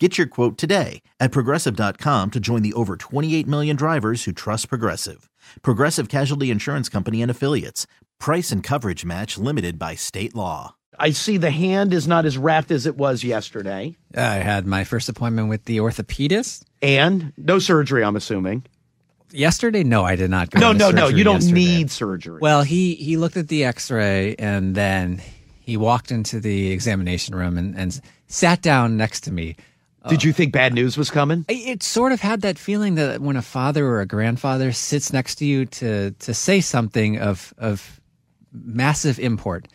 Get your quote today at progressive.com to join the over 28 million drivers who trust Progressive. Progressive Casualty Insurance Company and Affiliates. Price and coverage match limited by state law. I see the hand is not as wrapped as it was yesterday. I had my first appointment with the orthopedist And no surgery, I'm assuming. yesterday. No, I did not go. No, to no, no. surgery You don't yesterday. need surgery. Well, he he looked at the X-ray and then he walked into the examination room and, and sat down next to me. Did you think bad news was coming? I- It sort of had that feeling that when a father or a grandfather sits next to you to to say something of of massive import,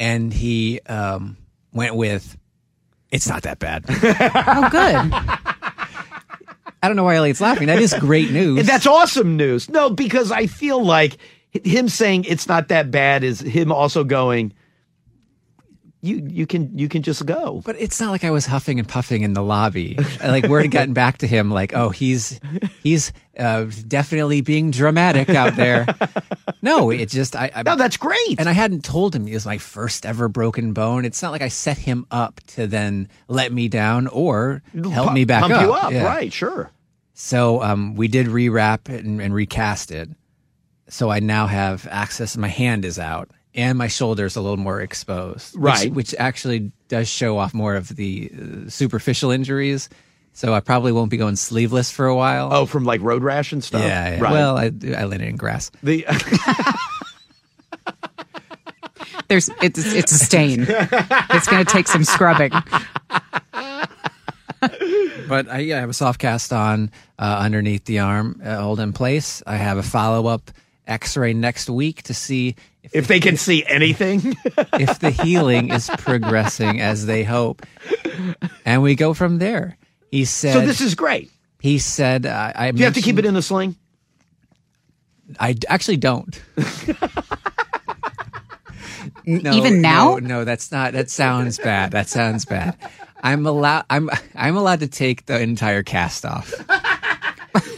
and he um, went with, "It's not that bad." Oh, good. I don't know why Elliot's laughing. That is great news. That's awesome news. No, because I feel like h- him saying it's not that bad is him also going. You you can you can just go. But it's not like I was huffing and puffing in the lobby. Like word had gotten back to him, like, oh, he's he's uh, definitely being dramatic out there. No, it just I, I No, that's great. and I hadn't told him it was my first ever broken bone. It's not like I set him up to then let me down or help Pu- me back pump up. you up, Yeah. right? Sure. So um, we did rewrap it and, and recast it. So I now have access. My hand is out and my shoulder's a little more exposed. which- Right. Which, actually does show off more of the uh, superficial injuries. So I probably won't be going sleeveless for a while. Oh, from like road rash and stuff. yeah. yeah. Right. Well, I, I landed in grass. the There's it's it's a stain. It's going to take some scrubbing. But I, yeah, I have a soft cast on uh, underneath the arm, uh, hold in place. I have a follow up x ray next week to see if if they can see anything. if the healing is progressing as they hope. And we go from there. He said, so this is great. he said, I, I Do you have to keep it in the sling? I d- actually don't. No, Even now? No, no, that's not, that sounds bad. That sounds bad. I'm allowed, I'm, I'm allowed to take the entire cast off.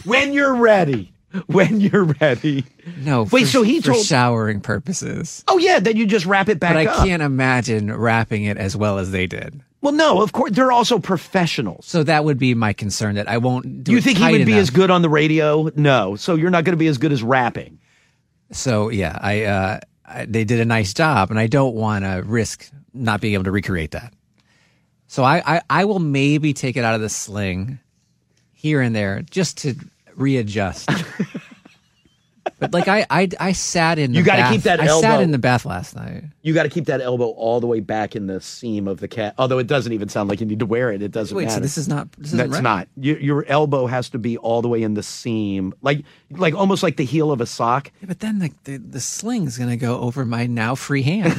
When you're ready. When you're ready. No. Wait, for- so he for told- showering purposes. Oh yeah, then you just wrap it back But I up. can't imagine wrapping it as well as they did. Well, no, of course they're also professionals. So that would be my concern that I won't do Do you it think he tight would be enough. as good on the radio? No, so you're not going to be as good as rapping. So yeah, I, uh, I they did a nice job, and I don't want to risk not being able to recreate that. So I, I I will maybe take it out of the sling here and there just to readjust. but like I I, I sat in the You gotta bath- keep that I sat elbow. in the bath last night. You got to keep that elbow all the way back in the seam of the cat. Although it doesn't even sound like you need to wear it. It doesn't Wait, matter. so this is not this isn't that's right? not your, your elbow has to be all the way in the seam, like like almost like the heel of a sock. Yeah, but then the, the the sling's gonna go over my now free hand,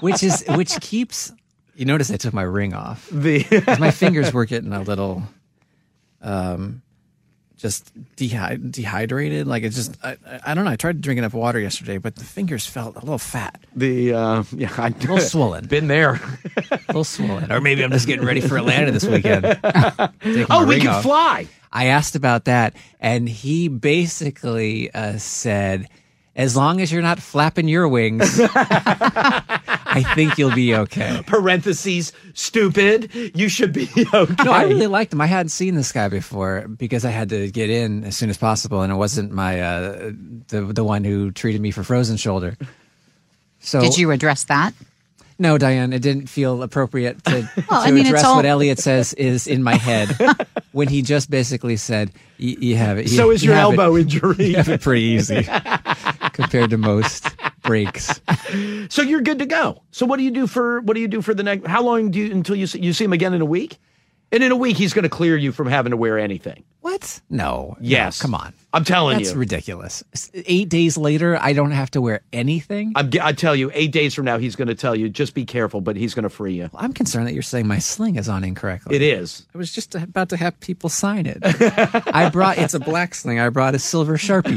which is which keeps. You notice I took my ring off. The 'Cause my fingers were getting a little um just dehy- dehydrated like it's just I, I- I don't know i tried to drink enough water yesterday but the fingers felt a little fat the uh, yeah, I, a little swollen been there. a little swollen or maybe i'm just getting ready for atlanta this weekend Taking my oh, we ring can off. fly. i asked about that and he basically uh, said as long as you're not flapping your wings i think you'll be okay Parentheses, stupid. You should be okay. No, I really liked him. I hadn't seen this guy before because I had to get in as soon as possible, and it wasn't my uh, the the one who treated me for frozen shoulder. So Did you address that? No, Diane, it didn't feel appropriate to, Well, to I mean, it's address all- what Elliot says is in my head when he just basically said, "Y- "You have it." So you- is you your have it- elbow injury. you have it pretty easy compared to most breaks. So you're good to go. So what do you do for what do you do for the next? How long do you until you see, you see him again in a week? And in a week, he's going to clear you from having to wear anything. What? No. no, Yes, come on. I'm telling That's you. ridiculous. S- Eight days later, I don't have to wear anything. I'm, I tell you, eight days from now, he's going to tell you just be careful, but he's going to free you. I'm concerned that you're saying my sling is on incorrectly. It is. I was just about to have people sign it. I brought it's a black sling. I brought a silver sharpie.